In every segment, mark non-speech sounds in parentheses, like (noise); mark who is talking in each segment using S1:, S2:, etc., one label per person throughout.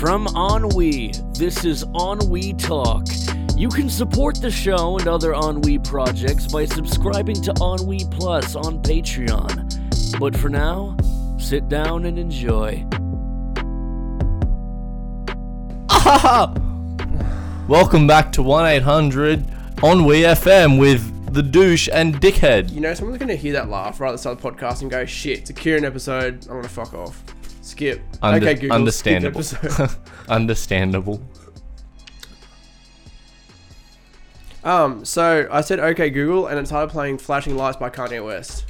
S1: From Ennui, this is Ennui Talk. You can support the show and other Ennui projects by subscribing to Ennui Plus on Patreon. But for now, sit down and enjoy.
S2: (laughs) Welcome back to 1 800 Ennui FM with the douche and dickhead.
S3: You know, someone's going to hear that laugh right at the start of the podcast and go, shit, it's a Kieran episode. I'm going to fuck off. Skip.
S2: Under-
S3: okay, Google. skip
S2: understandable.
S3: episode. (laughs)
S2: (laughs) Understandable.
S3: um, so I said, okay, Google, and it started playing Flashing Lights by Kanye West.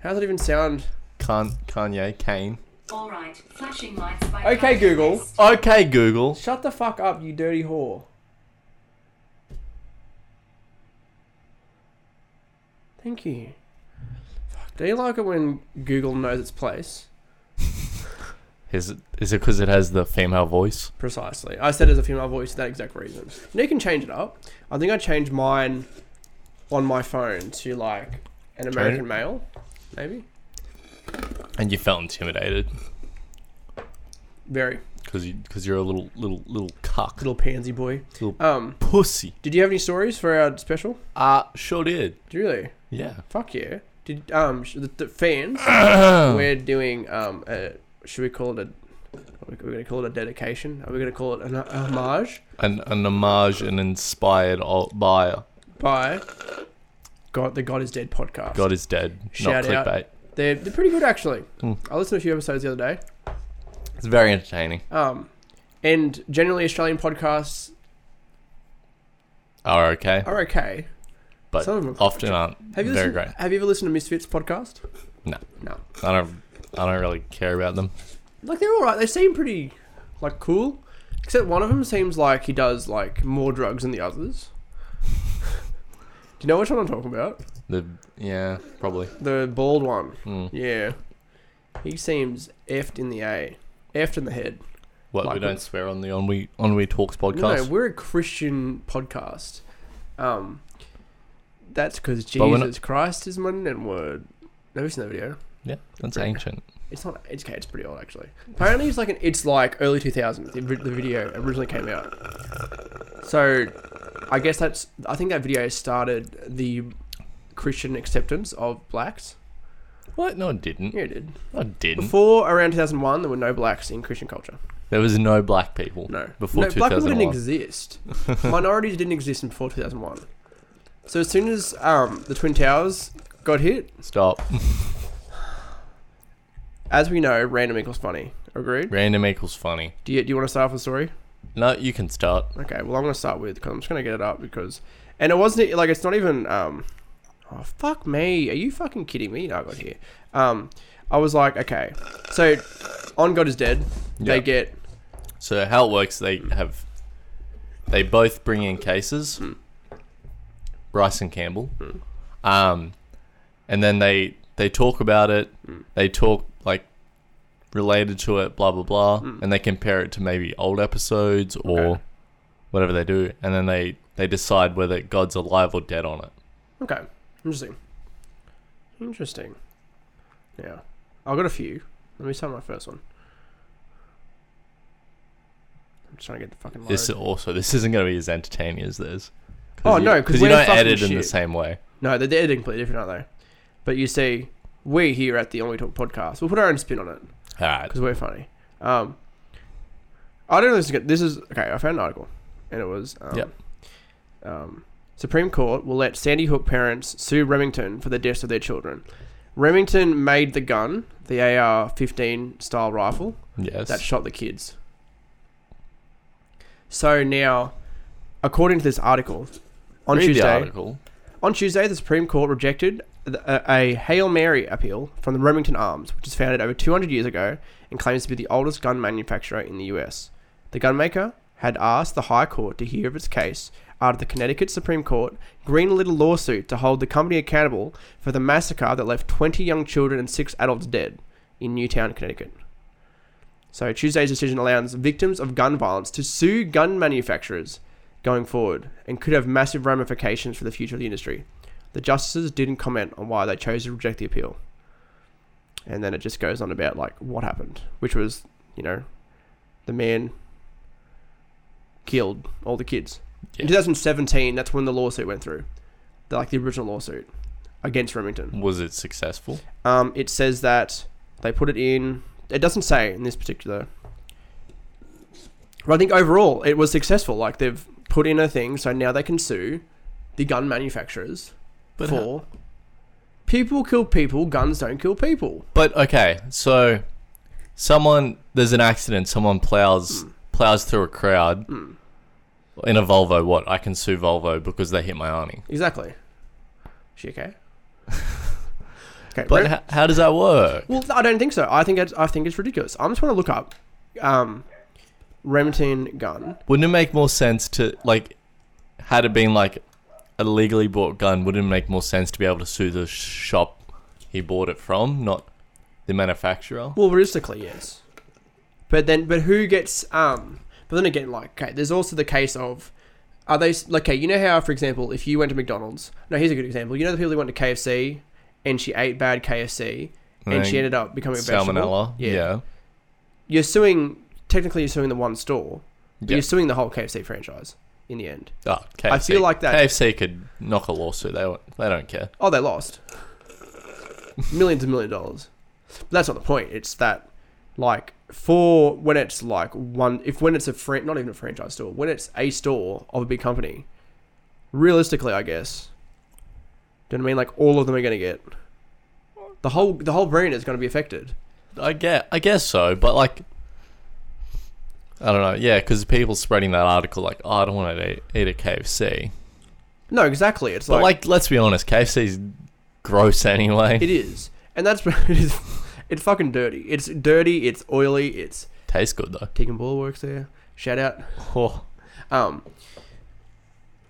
S3: How does it even sound?
S2: Kan- Kanye, Kane.
S4: All right, flashing lights by
S3: Okay,
S4: Kanye
S3: Google. Oh,
S4: West.
S2: Okay, Google.
S3: Shut the fuck up, you dirty whore. Thank you. Fuck, do you like it when Google knows its place?
S2: Is it is it because it has the female voice?
S3: Precisely. I said as a female voice for that exact reason. Now you can change it up. I think I changed mine on my phone to like an American
S2: it.
S3: male, maybe.
S2: And you felt intimidated
S3: Very
S2: because you, cause you're a little little little cuck,
S3: little pansy boy.
S2: little
S3: Um,
S2: pussy.
S3: did you have any stories for our special?
S2: Uh, sure did.
S3: Do you really?
S2: Yeah.
S3: Fuck yeah. Did um sh- the, the
S2: (coughs)
S3: fans? we're doing um a, should we call it a? Are we gonna call it a dedication? Are we gonna call it an homage
S2: An, an homage and inspired o- by
S3: by God? The God is Dead podcast.
S2: God is dead,
S3: Shout
S2: not
S3: out.
S2: clickbait.
S3: They're, they're pretty good actually.
S2: Mm.
S3: I listened to a few episodes the other day.
S2: It's very entertaining.
S3: Um, and generally, Australian podcasts
S2: Are okay,
S3: are okay.
S2: but
S3: some of them-
S2: often aren't
S3: Have you
S2: very
S3: listened,
S2: great.
S3: Have you ever listened to Misfits podcast?
S2: No.
S3: No.
S2: I don't. I don't really care about them.
S3: Like they're all right. They seem pretty like cool. Except one of them seems like he does like more drugs than the others. (laughs) Do you know which one I'm talking about?
S2: The yeah, probably.
S3: The bald one.
S2: Mm.
S3: Yeah. He seems effed in the a, effed in the head.
S2: What
S3: Like
S2: we
S3: the-
S2: don't swear on the on we on we talks
S3: No, no,
S2: podcast.
S3: we're a Christian podcast. Um, that's because
S2: But we're not-
S3: Jesus Christ is my name word. Have you seen that video?
S2: yeah, that's ancient.
S3: It's not. It's okay. It's pretty old actually. Apparently, it's like an. It's like early 2000s. The, ri- the video originally came out. So, I guess that's. I think that video started the Christian acceptance of blacks.
S2: What? No, it didn't.
S3: Yeah, it did.
S2: I didn't.
S3: Before around 2001, there were no blacks in Christian culture.
S2: there was no black people.
S3: No.
S2: Before
S3: no, black people
S2: 2001.
S3: didn't
S2: (laughs)
S3: exist. Minorities didn't exist before 2001. So as soon as um, the Twin Towers got hit,
S2: Stop.
S3: as we know, random equals funny. Agreed.
S2: Random equals funny.
S3: Do you do you want to start off with a story?
S2: No, you can start.
S3: Okay, well, I'm gonna start with because I'm just gonna get it up because, and it wasn't like it's not even. Um, oh fuck me! Are you fucking kidding me? No, I got here. Um, I was like, okay, so on God is dead. They
S2: Yeah.
S3: get
S2: So how it works? They
S3: Hmm.
S2: have. They both bring in cases.
S3: Hmm.
S2: Bryson Campbell. Um, and then they they talk about it.
S3: Hmm.
S2: They talk like related to it, blah blah blah, and they compare it to maybe old episodes or
S3: Hmm. Okay.
S2: whatever they do, and then they they decide whether God's alive or dead on it.
S3: okay. Interesting. Interesting. Yeah, I got a few. Let me start with my first one. I'm just trying to get the fucking. Load.
S2: This also this isn't going to be as entertaining as this.
S3: Oh,
S2: you,
S3: no, 'cause
S2: you
S3: we're
S2: don't
S3: fucking
S2: edit in the
S3: shit.
S2: same way.
S3: No, they're, they're completely different, aren't they? But you see, we here at the Only Talk podcast, we'll put our own spin on it.
S2: All right,
S3: because we're funny. Um, I don't know. This is, good. this is okay. I found an article, and it was um,
S2: Yep.
S3: um, Supreme Court will let Sandy Hook parents sue Remington for the deaths of their children. Remington made the gun, the AR-15 style rifle
S2: yes,
S3: that shot the kids. So now, according to this article, on
S2: Read the
S3: Tuesday,
S2: article.
S3: on Tuesday, the Supreme Court rejected th- a, a Hail Mary appeal from the Remington Arms, which was founded over 200 years ago and claims to be the oldest gun manufacturer in the US. The gunmaker had asked the High Court to hear of its case after the Connecticut Supreme Court greenlit a lawsuit to hold the company accountable for the massacre that left 20 young children and six adults dead in Newtown, Connecticut. So Tuesday's decision allows victims of gun violence to sue gun manufacturers going forward and could have massive ramifications for the future of the industry. The justices didn't comment on why they chose to reject the appeal. And then it just goes on about like what happened, which was, you know, the man killed all the kids.
S2: Yeah.
S3: In 2017, that's when the lawsuit went through, the, like the original lawsuit against Remington.
S2: Was it successful?
S3: Um, it says that they put it in. It doesn't say in this particular. But I think overall it was successful. Like they've put in a thing, so now they can sue the gun manufacturers
S2: But how-
S3: for people kill people, guns don't kill people.
S2: But okay, so someone there's an accident, someone plows plows through a crowd in a Volvo. What I can sue Volvo because they hit my army.
S3: Exactly. Is she
S2: (laughs)
S3: okay? okay,
S2: But
S3: Rem-
S2: h- how does that work?
S3: Well, I don't think so. I think it's, I think it's ridiculous. I'm just want to look up um, Remington gun.
S2: Wouldn't it make more sense to like had it been like a legally bought gun? Wouldn't it make more sense to be able to sue the shop he bought it from, not the manufacturer?
S3: Well, realistically, yes. But then, but who gets? Um, but then again, like, okay, there's also the case of are they s- okay? You know how, for example, if you went to McDonald's. No, here's a good example. You know the people who went to KFC and she ate bad KFC and,
S2: And
S3: she ended up becoming a
S2: Mm-hmm.
S3: vegetable.
S2: Salmonella. Yeah.
S3: you're suing. Technically, you're suing the one store, but
S2: Yeah.
S3: you're suing the whole KFC franchise in the end.
S2: Oh, KFC.
S3: I feel like that-
S2: KFC could knock a lawsuit. They won't- they don't care.
S3: Oh, they lost millions and million dollars. But that's not the point. It's that, like, for when it's like one, if when it's a fran- not even a franchise store, when it's a store of a big company, realistically, I guess, do you know what I mean? Like, all of them are going to get the whole the whole brand is going to be affected.
S2: I guess, I guess so, but like, I don't know. Yeah, because people spreading that article like, oh, I don't want to eat, eat at KFC.
S3: No, exactly. It's
S2: But
S3: like,
S2: like, let's be honest, KFC's gross anyway.
S3: it is, and that's (laughs) it is. It's fucking dirty. It's dirty. It's oily. It's
S2: Tastes good though.
S3: Tegan Ball works there. Shout out.
S2: Oh,
S3: Um,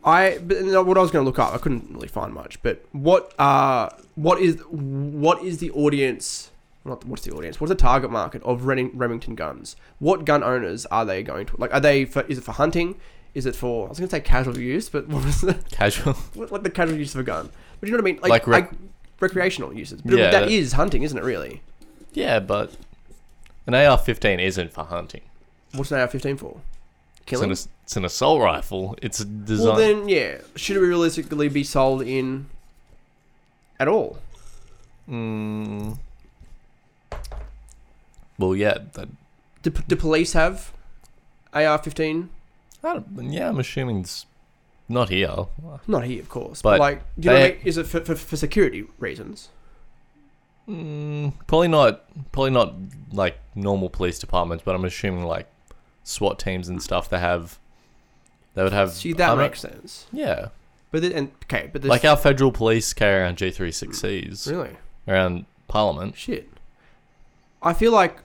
S3: I but no, what I was going to look up, I couldn't really find much. But what uh, what is what is the audience? Not what's the audience? What's the target market of Ren- Remington guns? What gun owners are they going to like? Are they for? Is it for hunting? Is it for? I was going to say casual use, but (laughs) what was the
S2: casual.
S3: what, like the casual use of a gun? But you know what I mean?
S2: Like
S3: Like,
S2: rec-
S3: like recreational uses. But
S2: Yeah,
S3: that
S2: that-
S3: is hunting, isn't it? Really?
S2: yeah, but an AR-15 isn't for hunting.
S3: What's an AR-15 for?
S2: It's
S3: Killing.
S2: an, ass- it's an assault rifle. It's designed.
S3: Well, then, yeah. Should it realistically be sold in at all?
S2: mm, well yeah, that,
S3: Do, do police have AR-15?
S2: I don't, yeah. I'm assuming it's not here.
S3: Not here, of course.
S2: But
S3: But, like, do you know
S2: they-
S3: what I mean? Is it for, for, for security reasons?
S2: Mm, probably not. Probably not like normal police departments, but I'm assuming like SWAT teams and stuff. They have. They would have.
S3: See, that
S2: I'm not-
S3: makes sense.
S2: Yeah,
S3: But then, and, okay, but there's
S2: like uh, our federal police carry around G36s
S3: really
S2: around Parliament.
S3: shit. I feel like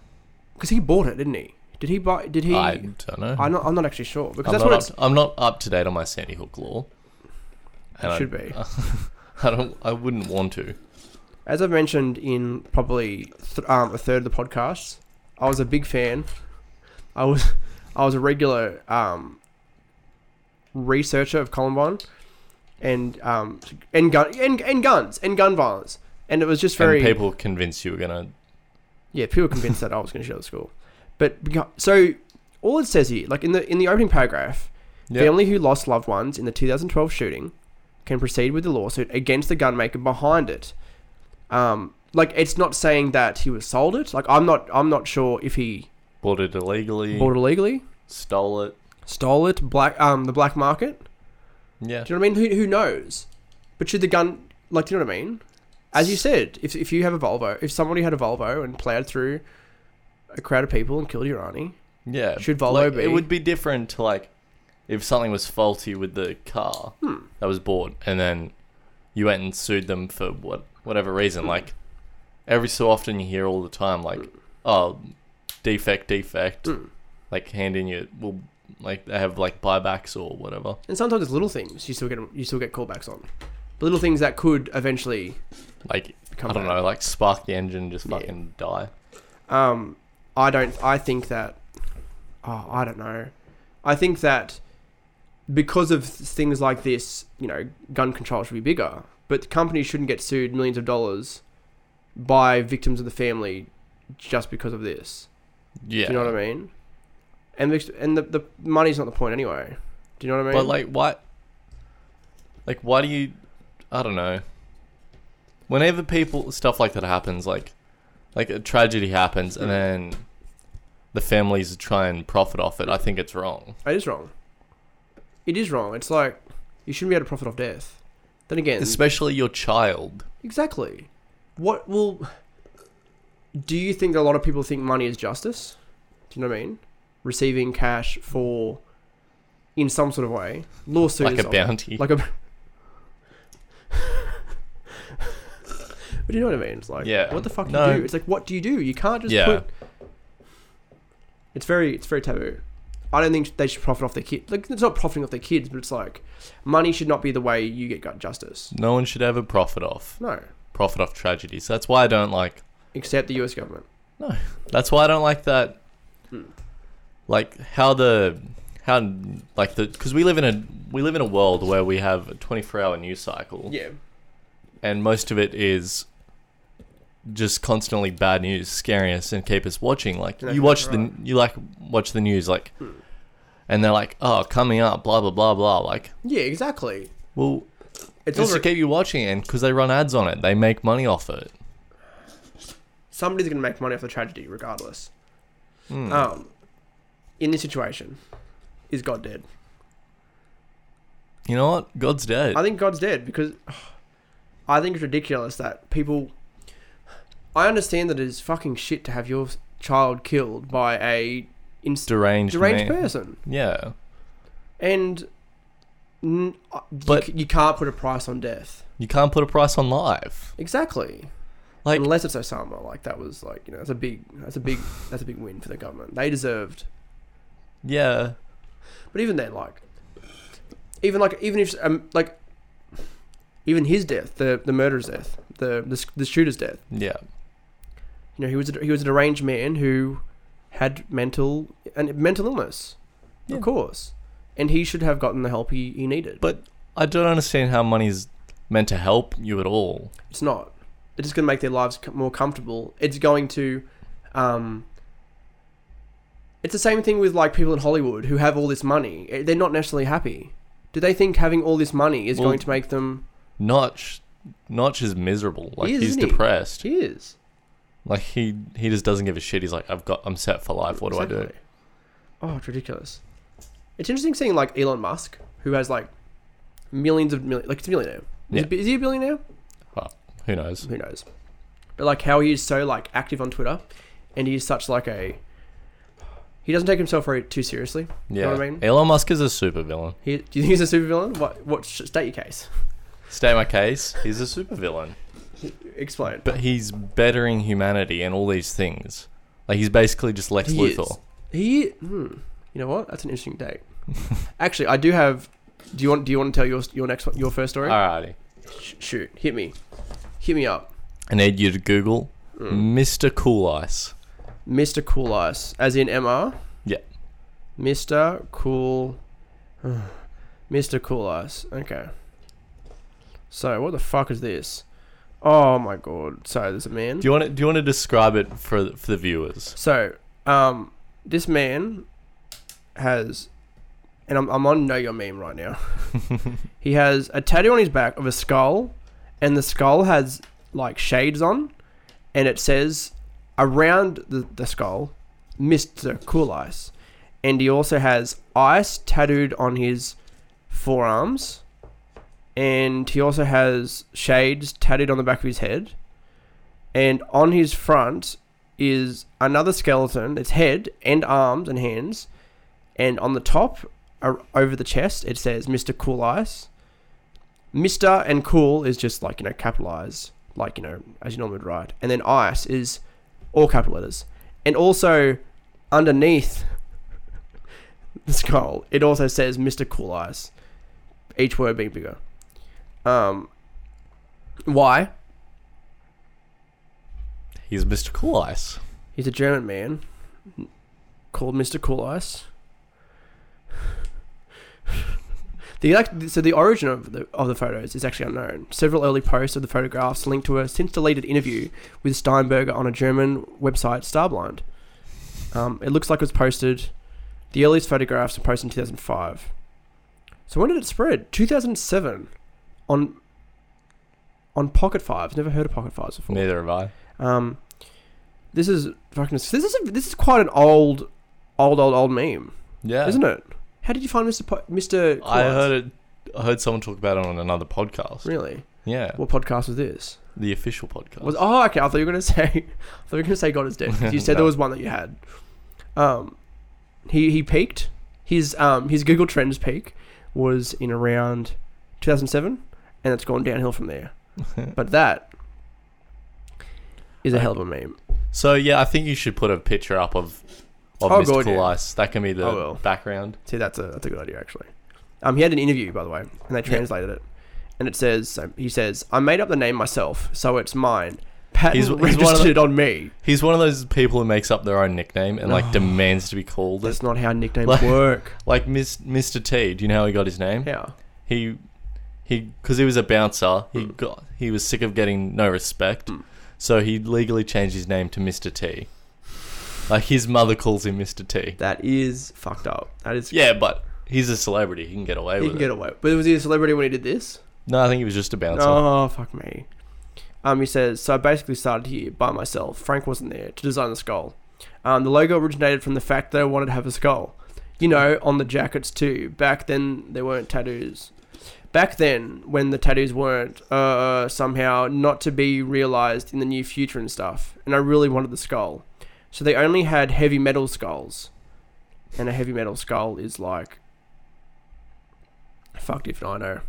S3: because he bought it, didn't he? Did he buy? Did he?
S2: I don't know.
S3: I'm not. I'm not actually sure because
S2: I'm,
S3: that's
S2: not
S3: what
S2: up,
S3: it's,
S2: I'm not up to date on my Sandy Hook law.
S3: it
S2: And I-
S3: should be.
S2: (laughs) I don't. I wouldn't want to.
S3: As I've mentioned in probably th- um, a third of the podcasts, I was a big fan. I was (laughs) I was a regular um, researcher of Columbine and um, and gun and, and guns and gun violence, and it was just very
S2: And people convince you were gonna.
S3: yeah, people were convinced that I was going to show the school. But beca- so all it says here, like in the in the opening paragraph,
S2: Yeah.
S3: family who lost loved ones in the 2012 shooting can proceed with the lawsuit against the gun maker behind it. Um, like it's not saying that he was sold it. Like I'm not I'm not sure if he
S2: Bought it illegally.
S3: bought it illegally,
S2: Stole it.
S3: stole it, black um the black market.
S2: Yeah.
S3: Do you know what I mean? Who, who knows? But should the gun, like, do you know what I mean? As you said, if, if you have a Volvo, if somebody had a Volvo and plowed through a crowd of people and killed your auntie,
S2: Yeah.
S3: Should Volvo
S2: like,
S3: be-
S2: It would be different to like if something was faulty with the car
S3: Hmm.
S2: that was bought and then you went and sued them for what whatever
S3: Hmm.
S2: reason. Like every so often you hear all the time like, oh defect, defect.
S3: Hmm.
S2: Like hand in your well like they have like buybacks or whatever.
S3: and sometimes it's little things you still get you still get callbacks on, but little things that could eventually.
S2: Like
S3: Become
S2: I don't
S3: bad.
S2: know, like spark the engine and just
S3: Yeah.
S2: fucking die.
S3: Um, I don't. I think that. Oh, I don't know. I think that because of th- things like this, you know, gun control should be bigger, but companies shouldn't get sued millions of dollars by victims of the family just because of this.
S2: Yeah.
S3: Do you know what I mean? and the, and the, the money's not the point anyway. Do you know what I mean?
S2: But like, why? Like, why do you? I don't know. Whenever people stuff like that happens, like, like a tragedy happens, and then the families try and profit off it, I think it's wrong.
S3: it is wrong. It is wrong. It's like you shouldn't be able to profit off death. Then again,
S2: Especially your child.
S3: exactly. What will? Do you think that a lot of people think money is justice? Do you know what I mean? Receiving cash for, in some sort of way, lawsuits,
S2: Like a
S3: or-
S2: bounty.
S3: like a. (laughs) but you know what I mean? It's like,
S2: Yeah.
S3: what the fuck do
S2: No.
S3: you do? It's like, what do you do? You can't just
S2: Yeah.
S3: put. It's very, it's very taboo. I don't think they should profit off their kids. Like, it's not profiting off their kids, but it's like, money should not be the way you get gut justice.
S2: No one should ever profit off
S3: No,
S2: profit off tragedies. That's why I don't like.
S3: except the U.S. government.
S2: That's why I don't like that. Like how the how like the because we live in a we live in a world where we have a twenty four hour news cycle.
S3: Yeah,
S2: and most of it is just constantly bad news scaring us and keep us watching like
S3: Yeah,
S2: you watch
S3: right.
S2: the you like watch the news like and they're like oh coming up blah blah blah blah like
S3: yeah, exactly.
S2: well
S3: It's
S2: just
S3: over.
S2: to keep you watching and because they run ads on it they make money off it
S3: somebody's going to make money off the tragedy, regardless.
S2: Hmm.
S3: Um, in this situation, is God dead?
S2: you know what god's dead
S3: I think God's dead because I think it's ridiculous that people. I understand that it is fucking shit to have your child killed by a inst-
S2: deranged
S3: deranged
S2: man.
S3: person,
S2: yeah
S3: and n- uh,
S2: But-
S3: you, c- you can't put a price on death.
S2: you can't put a price on life
S3: Exactly.
S2: like
S3: Unless it's Osama, like that was like you know that's a big that's a big that's a big win for the government. They deserved
S2: yeah
S3: But even then, like, even like, even if um, like, even his death, the the murderer's death, the the, the shooter's death.
S2: yeah
S3: You know, he was a, he was a deranged man who had mental and mental illness,
S2: Yeah.
S3: of course, and he should have gotten the help he, he needed.
S2: but i don't understand how money's meant to help you at all
S3: it's not. It's just going to make their lives co- more comfortable. It's going to, um. It's the same thing with like people in Hollywood who have all this money. Eh, They're not necessarily happy. Do they think having all this money is
S2: Well-
S3: going to make them?
S2: Notch, Notch is miserable. Like
S3: is,
S2: he's
S3: isn't he?
S2: depressed.
S3: She is.
S2: Like he he just doesn't give a shit. He's like, I've got, I'm set for life. What do I do?
S3: Exactly. Oh, it's ridiculous. It's interesting seeing like Elon Musk, who has like millions of million, like it's a millionaire. Is,
S2: Yeah.
S3: he, is he a billionaire?
S2: Oh, who knows?
S3: Who knows? But like how he is so like active on Twitter, and he is such like a. He doesn't take himself very too seriously.
S2: Yeah.
S3: You know what I mean?
S2: Elon Musk is a super villain.
S3: He, do you think he's a supervillain? What? What? sh- State your case. (laughs)
S2: State my case. He's a super villain,
S3: Explain.
S2: but he's bettering humanity and all these things. Like he's basically just Lex
S3: he is.
S2: Luthor.
S3: He. Hmm. You know what? That's an interesting
S2: (laughs)
S3: date. Actually, I do have. Do you want? Do you want to tell your your next one, your first story?
S2: Alrighty.
S3: Sh- shoot, hit me, hit me up.
S2: I need you to Google
S3: Hmm.
S2: Mr. Cool Ice.
S3: Mr. Cool Ice, as in MR.
S2: Yeah.
S3: Mr. Cool. (sighs) Mr. Cool Ice. Okay. So, what the fuck is this? Oh my god. So, there's a man.
S2: Do you want to do you want to describe it for for the viewers?
S3: So, um, this man has. And I'm, I'm on Know Your Meme right now. he has a tattoo on his back of a skull, and the skull has like shades on, and it says around the, the skull, Mr. Cool Ice. And he also has ice tattooed on his forearms, and he also has shades tattooed on the back of his head, and on his front is another skeleton, its head and arms and hands, and on the top, ar- over the chest, it says Mr. Cool Ice. Mr. and Cool is just like, you know, capitalized, like, you know, as you normally would write. And then Ice is all capital letters. And also, underneath (laughs) the skull, it also says Mr. Cool Ice, each word being bigger. Um, why?
S2: He's Mr. Cool Ice.
S3: He's a German man called Mr. Cool Ice. the act- so the origin of the of the photos is actually unknown. Several early posts of the photographs link to a since deleted interview with Steinberger on a German website, Starblind. Um, it looks like it was posted The earliest photographs were posted in 2005. So when did it spread? 2007 on on Pocket Fives. Never heard of Pocket Fives before.
S2: Neither have I.
S3: Um, this is fucking. This is a, this is quite an old, old, old, old meme,
S2: Yeah,
S3: isn't it? How did you find Mr. Po- Mr.
S2: I heard it. I heard someone talk about it on another podcast.
S3: Really?
S2: Yeah,
S3: What podcast was this?
S2: the official podcast.
S3: Was oh okay. I thought you were gonna (laughs) say. I thought you were gonna say God is dead.
S2: (laughs)
S3: 'cause You said there
S2: No.
S3: was one that you had. Um, he he peaked. His um his Google Trends peak was in around 2007, and it's gone downhill from
S2: (laughs)
S3: there. but that is a hell of a meme.
S2: So yeah, I think you should put a picture up of of
S3: Oh,
S2: Mr.
S3: God,
S2: Cool
S3: yeah.
S2: Ice. That can be
S3: I will.
S2: the background.
S3: See, that's a that's a good idea actually. Um, he had an interview by the way, and they translated it, and it says um, he says I made up the name myself, so it's mine. Patent
S2: He's- he's one of the-
S3: registered on me.
S2: He's one of those people who makes up their own nickname and
S3: (sighs)
S2: like demands to be called it.
S3: That's not how nicknames
S2: Like-
S3: work.
S2: (laughs) Like Miss, Mr. T. Do you know how he got his name?
S3: Yeah.
S2: He he because he was a bouncer. He
S3: Hmm.
S2: got he was sick of getting no respect, so he legally changed his name to Mr. T. Like his mother calls him Mr. T.
S3: That is fucked up. That is.
S2: Yeah, but he's a celebrity. He can get away
S3: He
S2: with
S3: can
S2: it.
S3: get away. But was he a celebrity when he did this?
S2: no, I think he was just a bouncer.
S3: Oh, fuck me. Um, he says, so I basically started here by myself. Frank wasn't there to design the skull. Um, the logo originated from the fact that I wanted to have a skull. You know, on the jackets too. Back then, there weren't tattoos. Back then, when the tattoos weren't uh, somehow not to be realized in the near future and stuff, and I really wanted the skull. So they only had heavy metal skulls. And a heavy metal skull is like. Fucked if I know.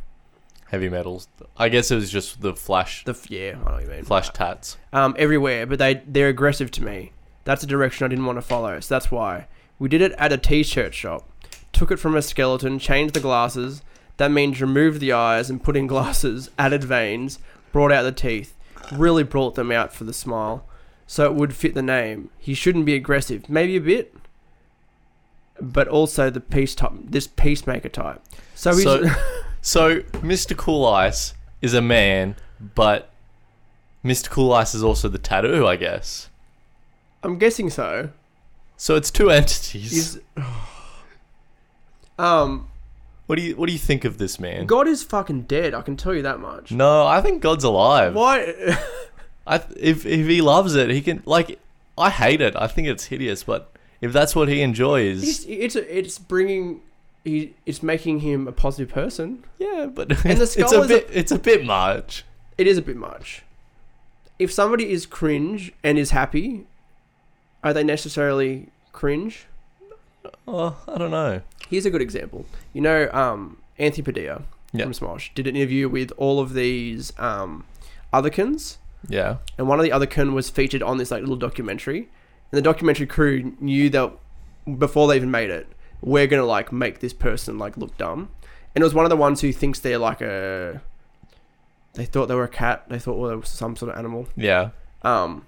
S2: Heavy metals. I guess it was just the flash
S3: The, f- yeah, I know what you mean.
S2: flash tats.
S3: um, everywhere, but they they're aggressive to me. That's a direction I didn't want to follow, so that's why we did it at a t-shirt shop. Took it from a skeleton, changed the glasses. That means removed the eyes and put in glasses, (laughs) added veins, brought out the teeth, really brought them out for the smile, so it would fit the name. He shouldn't be aggressive, maybe a bit, but also the peace type, this peacemaker type. So he's (laughs)
S2: So, so Mr. Cool Ice is a man, but Mr. Cool Ice is also the tattoo, I guess.
S3: I'm guessing so.
S2: So it's two (laughs) entities.
S3: Is um.
S2: what do you What do you think of this man?
S3: God is fucking dead. I can tell you that much.
S2: No, I think God's
S3: (laughs)
S2: alive.
S3: Why?
S2: I th- if if he loves it, he can like. I hate it. I think it's hideous, but if that's what he enjoys,
S3: It's it's, it's bringing. He, it's making him a positive person.
S2: yeah. (laughs) But
S3: the
S2: it's
S3: skull
S2: a
S3: is a-
S2: bit. it's a bit much.
S3: It is a bit much. If somebody is cringe and is happy, are they necessarily cringe?
S2: Oh, I don't know.
S3: Here's a good example. You know, um, Anthony Padilla
S2: Yeah.
S3: from Smosh did an interview with all of these um, otherkins,
S2: Yeah.
S3: and one of the otherkin was featured on this like little documentary, and the documentary crew knew that before they even made it, we're gonna like make this person like look dumb. And it was one of the ones who thinks they're like a. They thought they were a cat. They thought well, they were some sort of animal.
S2: Yeah.
S3: Um,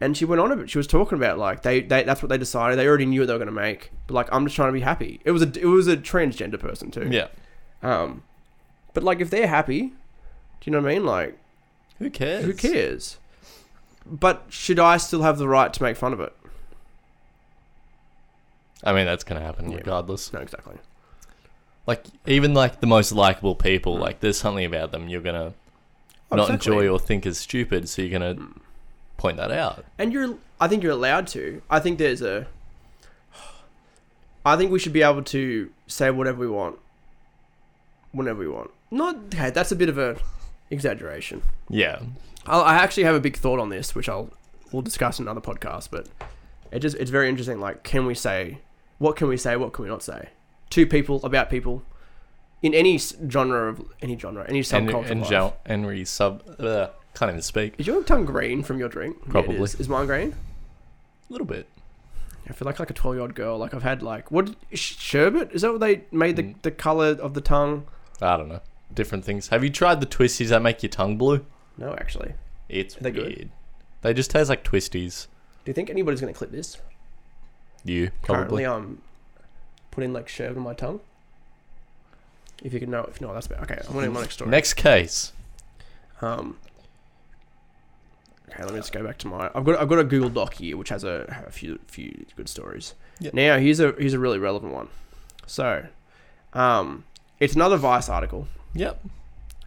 S3: and she went on about. She was talking about like they, they that's what they decided. They already knew what they were gonna make. But like I'm just trying to be happy. It was a it was a transgender person too.
S2: Yeah.
S3: Um, but like if they're happy, do you know what I mean? Like
S2: Who cares?
S3: who cares? But should I still have the right to make fun of it?
S2: I mean, that's gonna happen
S3: Yeah.
S2: regardless.
S3: No, exactly.
S2: like even like the most likable people like there's something about them you're gonna
S3: Oh,
S2: not
S3: exactly.
S2: enjoy or think is stupid so you're gonna point that out
S3: And you're, I think you're allowed to. I think there's a. I think we should be able to say whatever we want, whenever we want. Not okay. That's a bit of a exaggeration.
S2: yeah
S3: I'll, I actually have a big thought on this, which I'll we'll discuss in another podcast. But it just it's very interesting. Like, can we say what can we say? What can we not say? To people about people, in any s- genre of any genre, any
S2: and,
S3: subculture. of
S2: and
S3: life.
S2: Jal- henry sub uh, can't even speak
S3: Is your tongue green from your drink? Yeah, it
S2: Probably.
S3: is. Is mine green?
S2: a little bit
S3: I feel like like a twelve year old girl. Like I've had like what sh- sherbet? Is that what they made the, the color of the tongue?
S2: i don't know different things have you tried the twisties that make your tongue blue
S3: No, actually. Do
S2: it's
S3: They're good.
S2: weird they just taste like twisties
S3: you think anybody's gonna clip this?
S2: you probably
S3: Currently, I'm putting like sherbet on my tongue. If you can know, if not, that's bad. Okay, I'm gonna do my next story.
S2: next case
S3: Um, Okay, let me just go back to my. I've got I've got a Google Doc here which has a, a few few good stories.
S2: Yeah.
S3: Now here's a here's a really relevant one. So, um, it's another Vice article.
S2: Yep.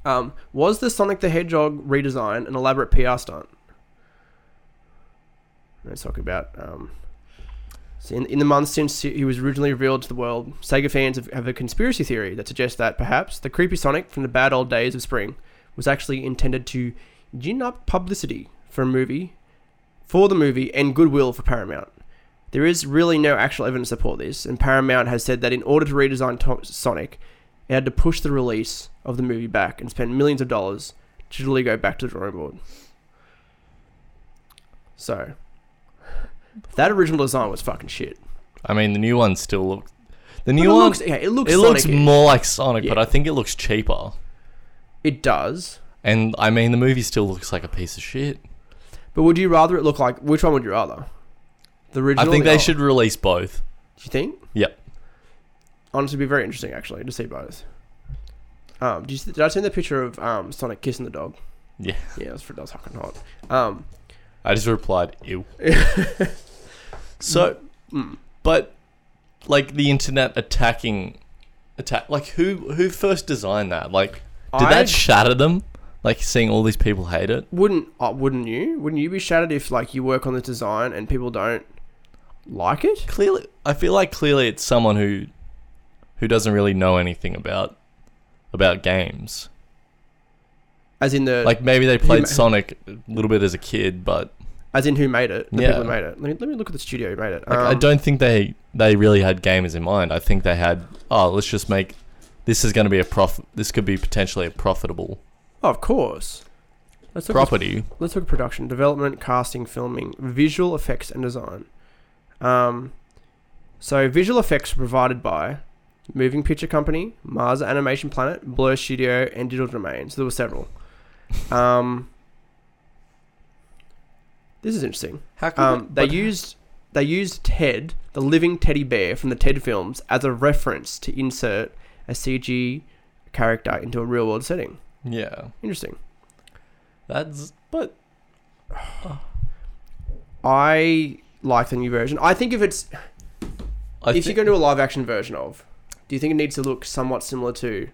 S3: Um, was the Sonic the Hedgehog redesign an elaborate PR stunt? Let's talk about. Um, so in, in the months since he he was originally revealed to the world, Sega fans have, have a conspiracy theory that suggests that perhaps the creepy Sonic from the bad old days of spring was actually intended to gin up publicity for a movie, for the movie, and goodwill for Paramount. There is really no actual evidence to support this, and Paramount has said that in order to redesign to- Sonic, it had to push the release of the movie back and spend millions of dollars to really go back to the drawing board. So, that original design was fucking shit.
S2: I mean, the new one still looks. The new
S3: But it
S2: one.
S3: looks, yeah, it looks,
S2: it looks
S3: Sonic-ish.
S2: more like Sonic, but
S3: Yeah.
S2: I think it looks cheaper.
S3: It does.
S2: And I mean, the movie still looks like a piece of shit.
S3: But would you rather it look like? Which one would you rather? The original.
S2: I
S3: or
S2: think
S3: the
S2: they
S3: old?
S2: should release both.
S3: Do you think?
S2: Yep.
S3: Honestly, it'd be very interesting actually to see both. Um, did, you, see- did I send the picture of um, Sonic kissing the dog?
S2: Yeah.
S3: Yeah, that was, that was fucking hot. Um,
S2: I just replied, ew.
S3: (laughs)
S2: so, but like the internet attacking, attack. Like who who first designed that? Like, did
S3: I-
S2: that shatter them? Like seeing all these people hate it.
S3: wouldn't uh, wouldn't you wouldn't you be shattered if like you work on the design and people don't like it
S2: Clearly, I feel like clearly it's someone who who doesn't really know anything about about games.
S3: as in the
S2: Like maybe they played
S3: ma-
S2: Sonic a little bit as a kid, but
S3: as in who made it the people
S2: Yeah.
S3: who made it let me, let me look at the studio who made it
S2: Like, I
S3: Um,
S2: don't think they they really had gamers in mind. I think they had, oh, let's just make this is going to be a prof. This could be potentially a profitable
S3: oh, of course let's look, at,
S2: property.
S3: let's look at production development casting filming visual effects and design um so visual effects were provided by moving picture company mars animation planet blur studio and digital domain so there were several um this is interesting
S2: How could
S3: Um, they used they used Ted, the living teddy bear from the Ted films, as a reference to insert a CG character into a real world setting.
S2: yeah,
S3: Interesting.
S2: that's but
S3: I like the new version. I think if it's
S2: I
S3: if
S2: thi-
S3: you're going to a live action version of, do you think it needs to look somewhat similar to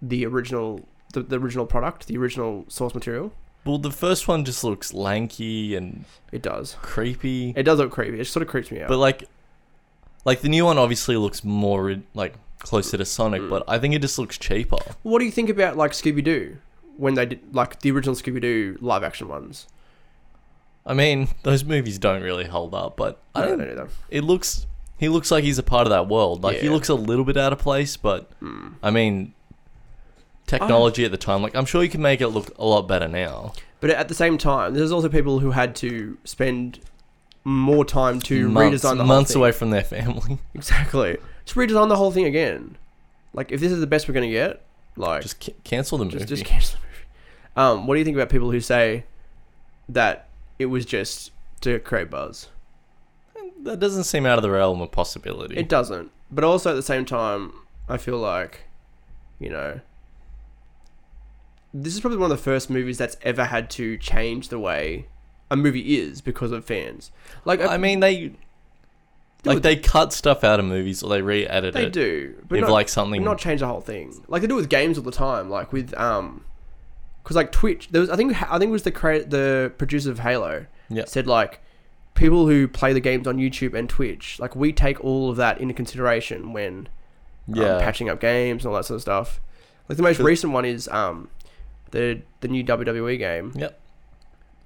S3: the original the, the original product, the original source material?
S2: well, the first one just looks lanky and
S3: It does.
S2: creepy,
S3: It does look creepy. It sort of creeps me out.
S2: but like like the new one obviously looks more re- like closer to Sonic,
S3: Mm.
S2: but I think it just looks cheaper.
S3: What do you think about like Scooby Doo when they did like the original Scooby Doo live action ones?
S2: I mean, those movies don't really hold up, but I
S3: No,
S2: don't
S3: no, no, no.
S2: it looks he looks like he's a part of that world. Like he
S3: Yeah. Hmm.
S2: looks a little bit out of place, but I mean technology at the time, like I'm sure you can make it look a lot better now.
S3: But at the same time, there's also people who had to spend more time to
S2: months,
S3: redesign the
S2: months
S3: whole thing.
S2: away from their family.
S3: (laughs)
S2: (laughs)
S3: Exactly. Just redesign the whole thing again. Like, if this is the best we're going to get, like, just,
S2: Just ca- cancel the movie.
S3: just, cancel the movie. Um, what do you think about people who say that it was just to create buzz?
S2: that doesn't seem out of the realm of possibility.
S3: It doesn't. But also at the same time, I feel like, you know, this is probably one of the first movies that's ever had to change the way a movie is because of fans. Like,
S2: I mean, they like they cut stuff out of movies or they re-edit
S3: They
S2: it.
S3: do, but
S2: if,
S3: not,
S2: like, something-
S3: but not change the whole thing. Like they do with games all the time, like with um, because like Twitch, there was I think I think it was the crea- the producer of Halo
S2: Yeah.
S3: said like people who play the games on YouTube and Twitch, like we take all of that into consideration when um,
S2: Yeah.
S3: patching up games and all that sort of stuff. Like the most recent one is um, the the new WWE game.
S2: Yep.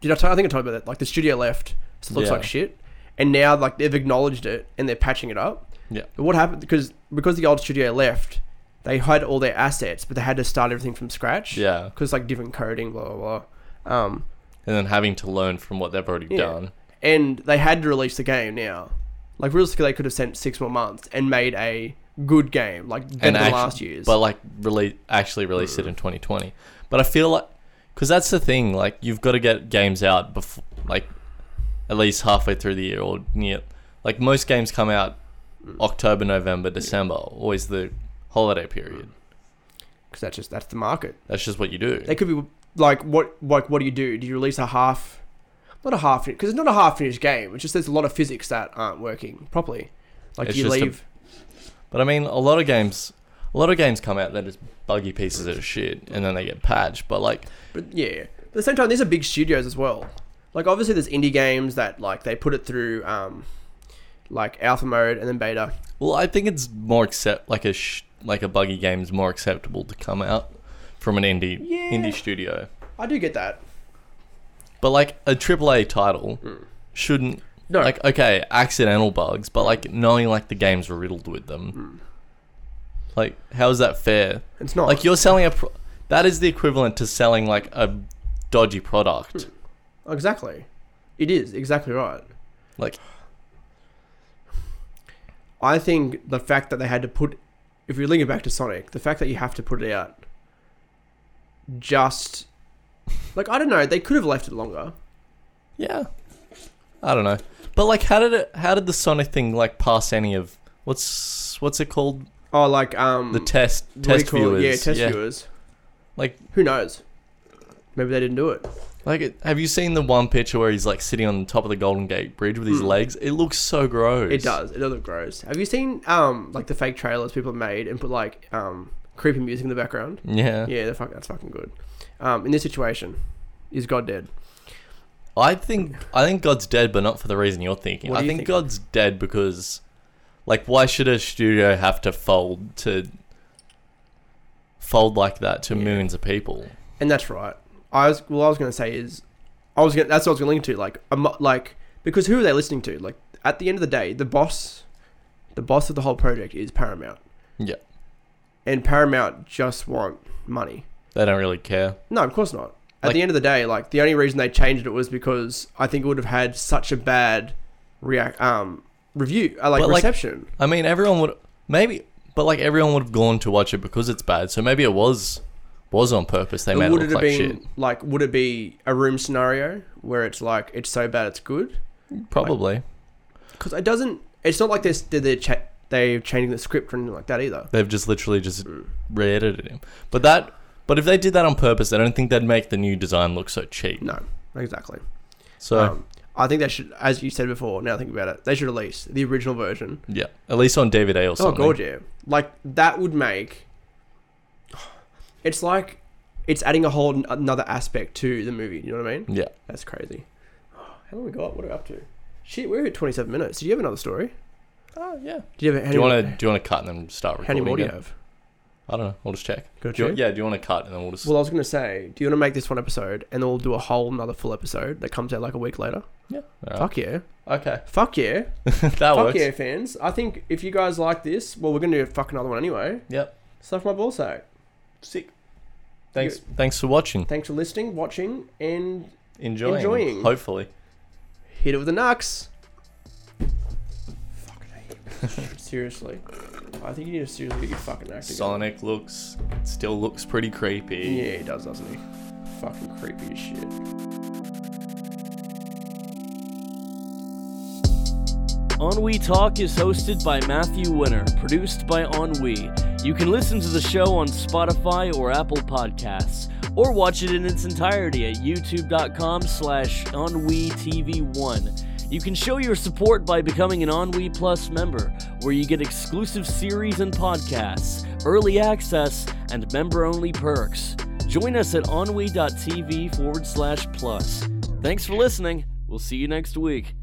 S3: Did I tell- I think I told you about that. Like the studio left, so it looks
S2: Yeah.
S3: like shit, and now like they've acknowledged it and they're patching it up.
S2: Yeah.
S3: But what happened because because the old studio left, they had all their assets, but they had to start everything from scratch.
S2: Yeah.
S3: Because like different coding, blah blah blah. Um,
S2: And then having to learn from what they've already
S3: Yeah.
S2: done.
S3: and they had to release the game now. Like realistically, they could have sent six more months and made a good game, like better than
S2: act-
S3: last year's. Mm.
S2: But like, release actually released it in 2020. But I feel like, because that's the thing, like you've got to get games out before, like, at least halfway through the year or near. Like most games come out
S3: Mm.
S2: October, November, December, always the holiday period.
S3: Mm. because that's just that's the market.
S2: That's just what you do.
S3: They could be like, what like what do you do? Do you release a half? not a half because it's not a half finished game. It's just there's a lot of physics that aren't working properly. Like
S2: It's
S3: you
S2: just a-
S3: leave.
S2: But I mean, a lot of games, a lot of games come out that is buggy pieces of shit, and then they get patched. But like,
S3: But yeah, but at the same time, these are big studios as well. Like obviously, there's indie games that like they put it through um, like alpha mode and then beta.
S2: well, I think it's more accept like a sh- like a buggy game is more acceptable to come out from an indie
S3: Yeah.
S2: indie studio.
S3: I do get that.
S2: But like a AAA title shouldn't
S3: Hmm. No.
S2: like okay accidental bugs, but like knowing like the game's riddled with
S3: Hmm.
S2: them. Like how is that fair?
S3: It's not.
S2: Like you're selling a pro- that is the equivalent to selling like a dodgy
S3: Hmm.
S2: product.
S3: Exactly. It is exactly right.
S2: Like
S3: I think the fact that they had to put, if we link it back to Sonic, the fact that you have to put it out, just like I don't know, they could have left it longer.
S2: yeah, I don't know. But like how did it? How did the Sonic thing like pass any of what's what's it called?
S3: Oh, like um,
S2: The test
S3: what do you
S2: test
S3: call it?
S2: viewers.
S3: yeah, test viewers.
S2: Like
S3: Who knows? Maybe they didn't do it.
S2: Like, it- have you seen the one picture where he's like sitting on the top of the Golden Gate Bridge with his legs? It looks so gross.
S3: Hmm. It does. It does look gross. Have you seen um like the fake trailers people have made and put like um creepy music in the background?
S2: Yeah.
S3: Yeah, the fuck that's fucking good. Um, in this situation, is God dead?
S2: I think I think God's dead, but not for the reason you're thinking.
S3: What
S2: I
S3: do you
S2: think
S3: think?
S2: God's dead because, like, why should a studio have to fold to fold like that to millions of people?
S3: And that's right. I was well. I was going to say is, I was going. to That's what I was going to link to. Like, a mo- like because who are they listening to? Like at the end of the day, the boss, the boss of the whole project is Paramount,
S2: Yeah,
S3: and Paramount just want money.
S2: they don't really care.
S3: No, of course not. At
S2: Like-
S3: the end of the day, like the only reason they changed it was because I think it would have had such a bad react um review uh, like
S2: But, like-
S3: reception.
S2: I mean, everyone would maybe, but like everyone would have gone to watch it because it's bad. So maybe it was was on purpose. They
S3: But
S2: made it
S3: would
S2: look
S3: it have
S2: like
S3: been like would it be a room scenario where it's like it's so bad it's good?
S2: shit. Probably
S3: Because it doesn't. It's not like they're they're, they're, cha- they're changing the script or anything like that either.
S2: They've just literally just re-edited him. But that, but if they did that on purpose, I don't think they'd make the new design look so cheap.
S3: No, exactly.
S2: So
S3: Um, I think they should, as you said before. Now think about it. They should release the original version.
S2: yeah, at least on DVD or
S3: Oh
S2: something.
S3: god, yeah. Like that would make. It's like, it's adding a whole n- another aspect to the movie. You know what I mean?
S2: Yeah,
S3: That's crazy. How long we got? What are we up to? Shit, we're at twenty-seven minutes. Do you have another story?
S2: oh yeah.
S3: Do you have? How
S2: Do you want
S3: many-
S2: to do you want to cut and then start
S3: How
S2: recording?
S3: many more do you
S2: again?
S3: have?
S2: I don't know. We'll just check.
S3: Got
S2: Do you-
S3: two?
S2: yeah, do you want to cut and then we'll just
S3: Well, I was gonna say, do you want to make this one episode, and then we'll do a whole another full episode that comes out like a week later?
S2: yeah. All
S3: Fuck yeah.
S2: right. Okay, (laughs)
S3: Fuck yeah.
S2: that
S3: Fuck
S2: works.
S3: yeah, fans. I think if you guys like this, well, we're going to do a fuck another one anyway.
S2: Yep.
S3: Stuff my ballsack. Sick.
S2: Thanks. Thanks for watching.
S3: Thanks for listening, watching, and
S2: Enjoying.
S3: Enjoying.
S2: Hopefully.
S3: hit it with the knocks. Fucking hate you. Seriously. I think you need to seriously get your fucking act together.
S2: Sonic looks still looks pretty creepy.
S3: Yeah, he does, doesn't he? Fucking creepy as shit.
S1: Ennui Talk is hosted by Matthew Winner, produced by Ennui. You can listen to the show on Spotify or Apple Podcasts, or watch it in its entirety at youtube.com slash Ennui TV one You can show your support by becoming an Ennui Plus member, where you get exclusive series and podcasts, early access, and member-only perks. Join us at ennui.tv forward slash plus. Thanks for listening. We'll see you next week.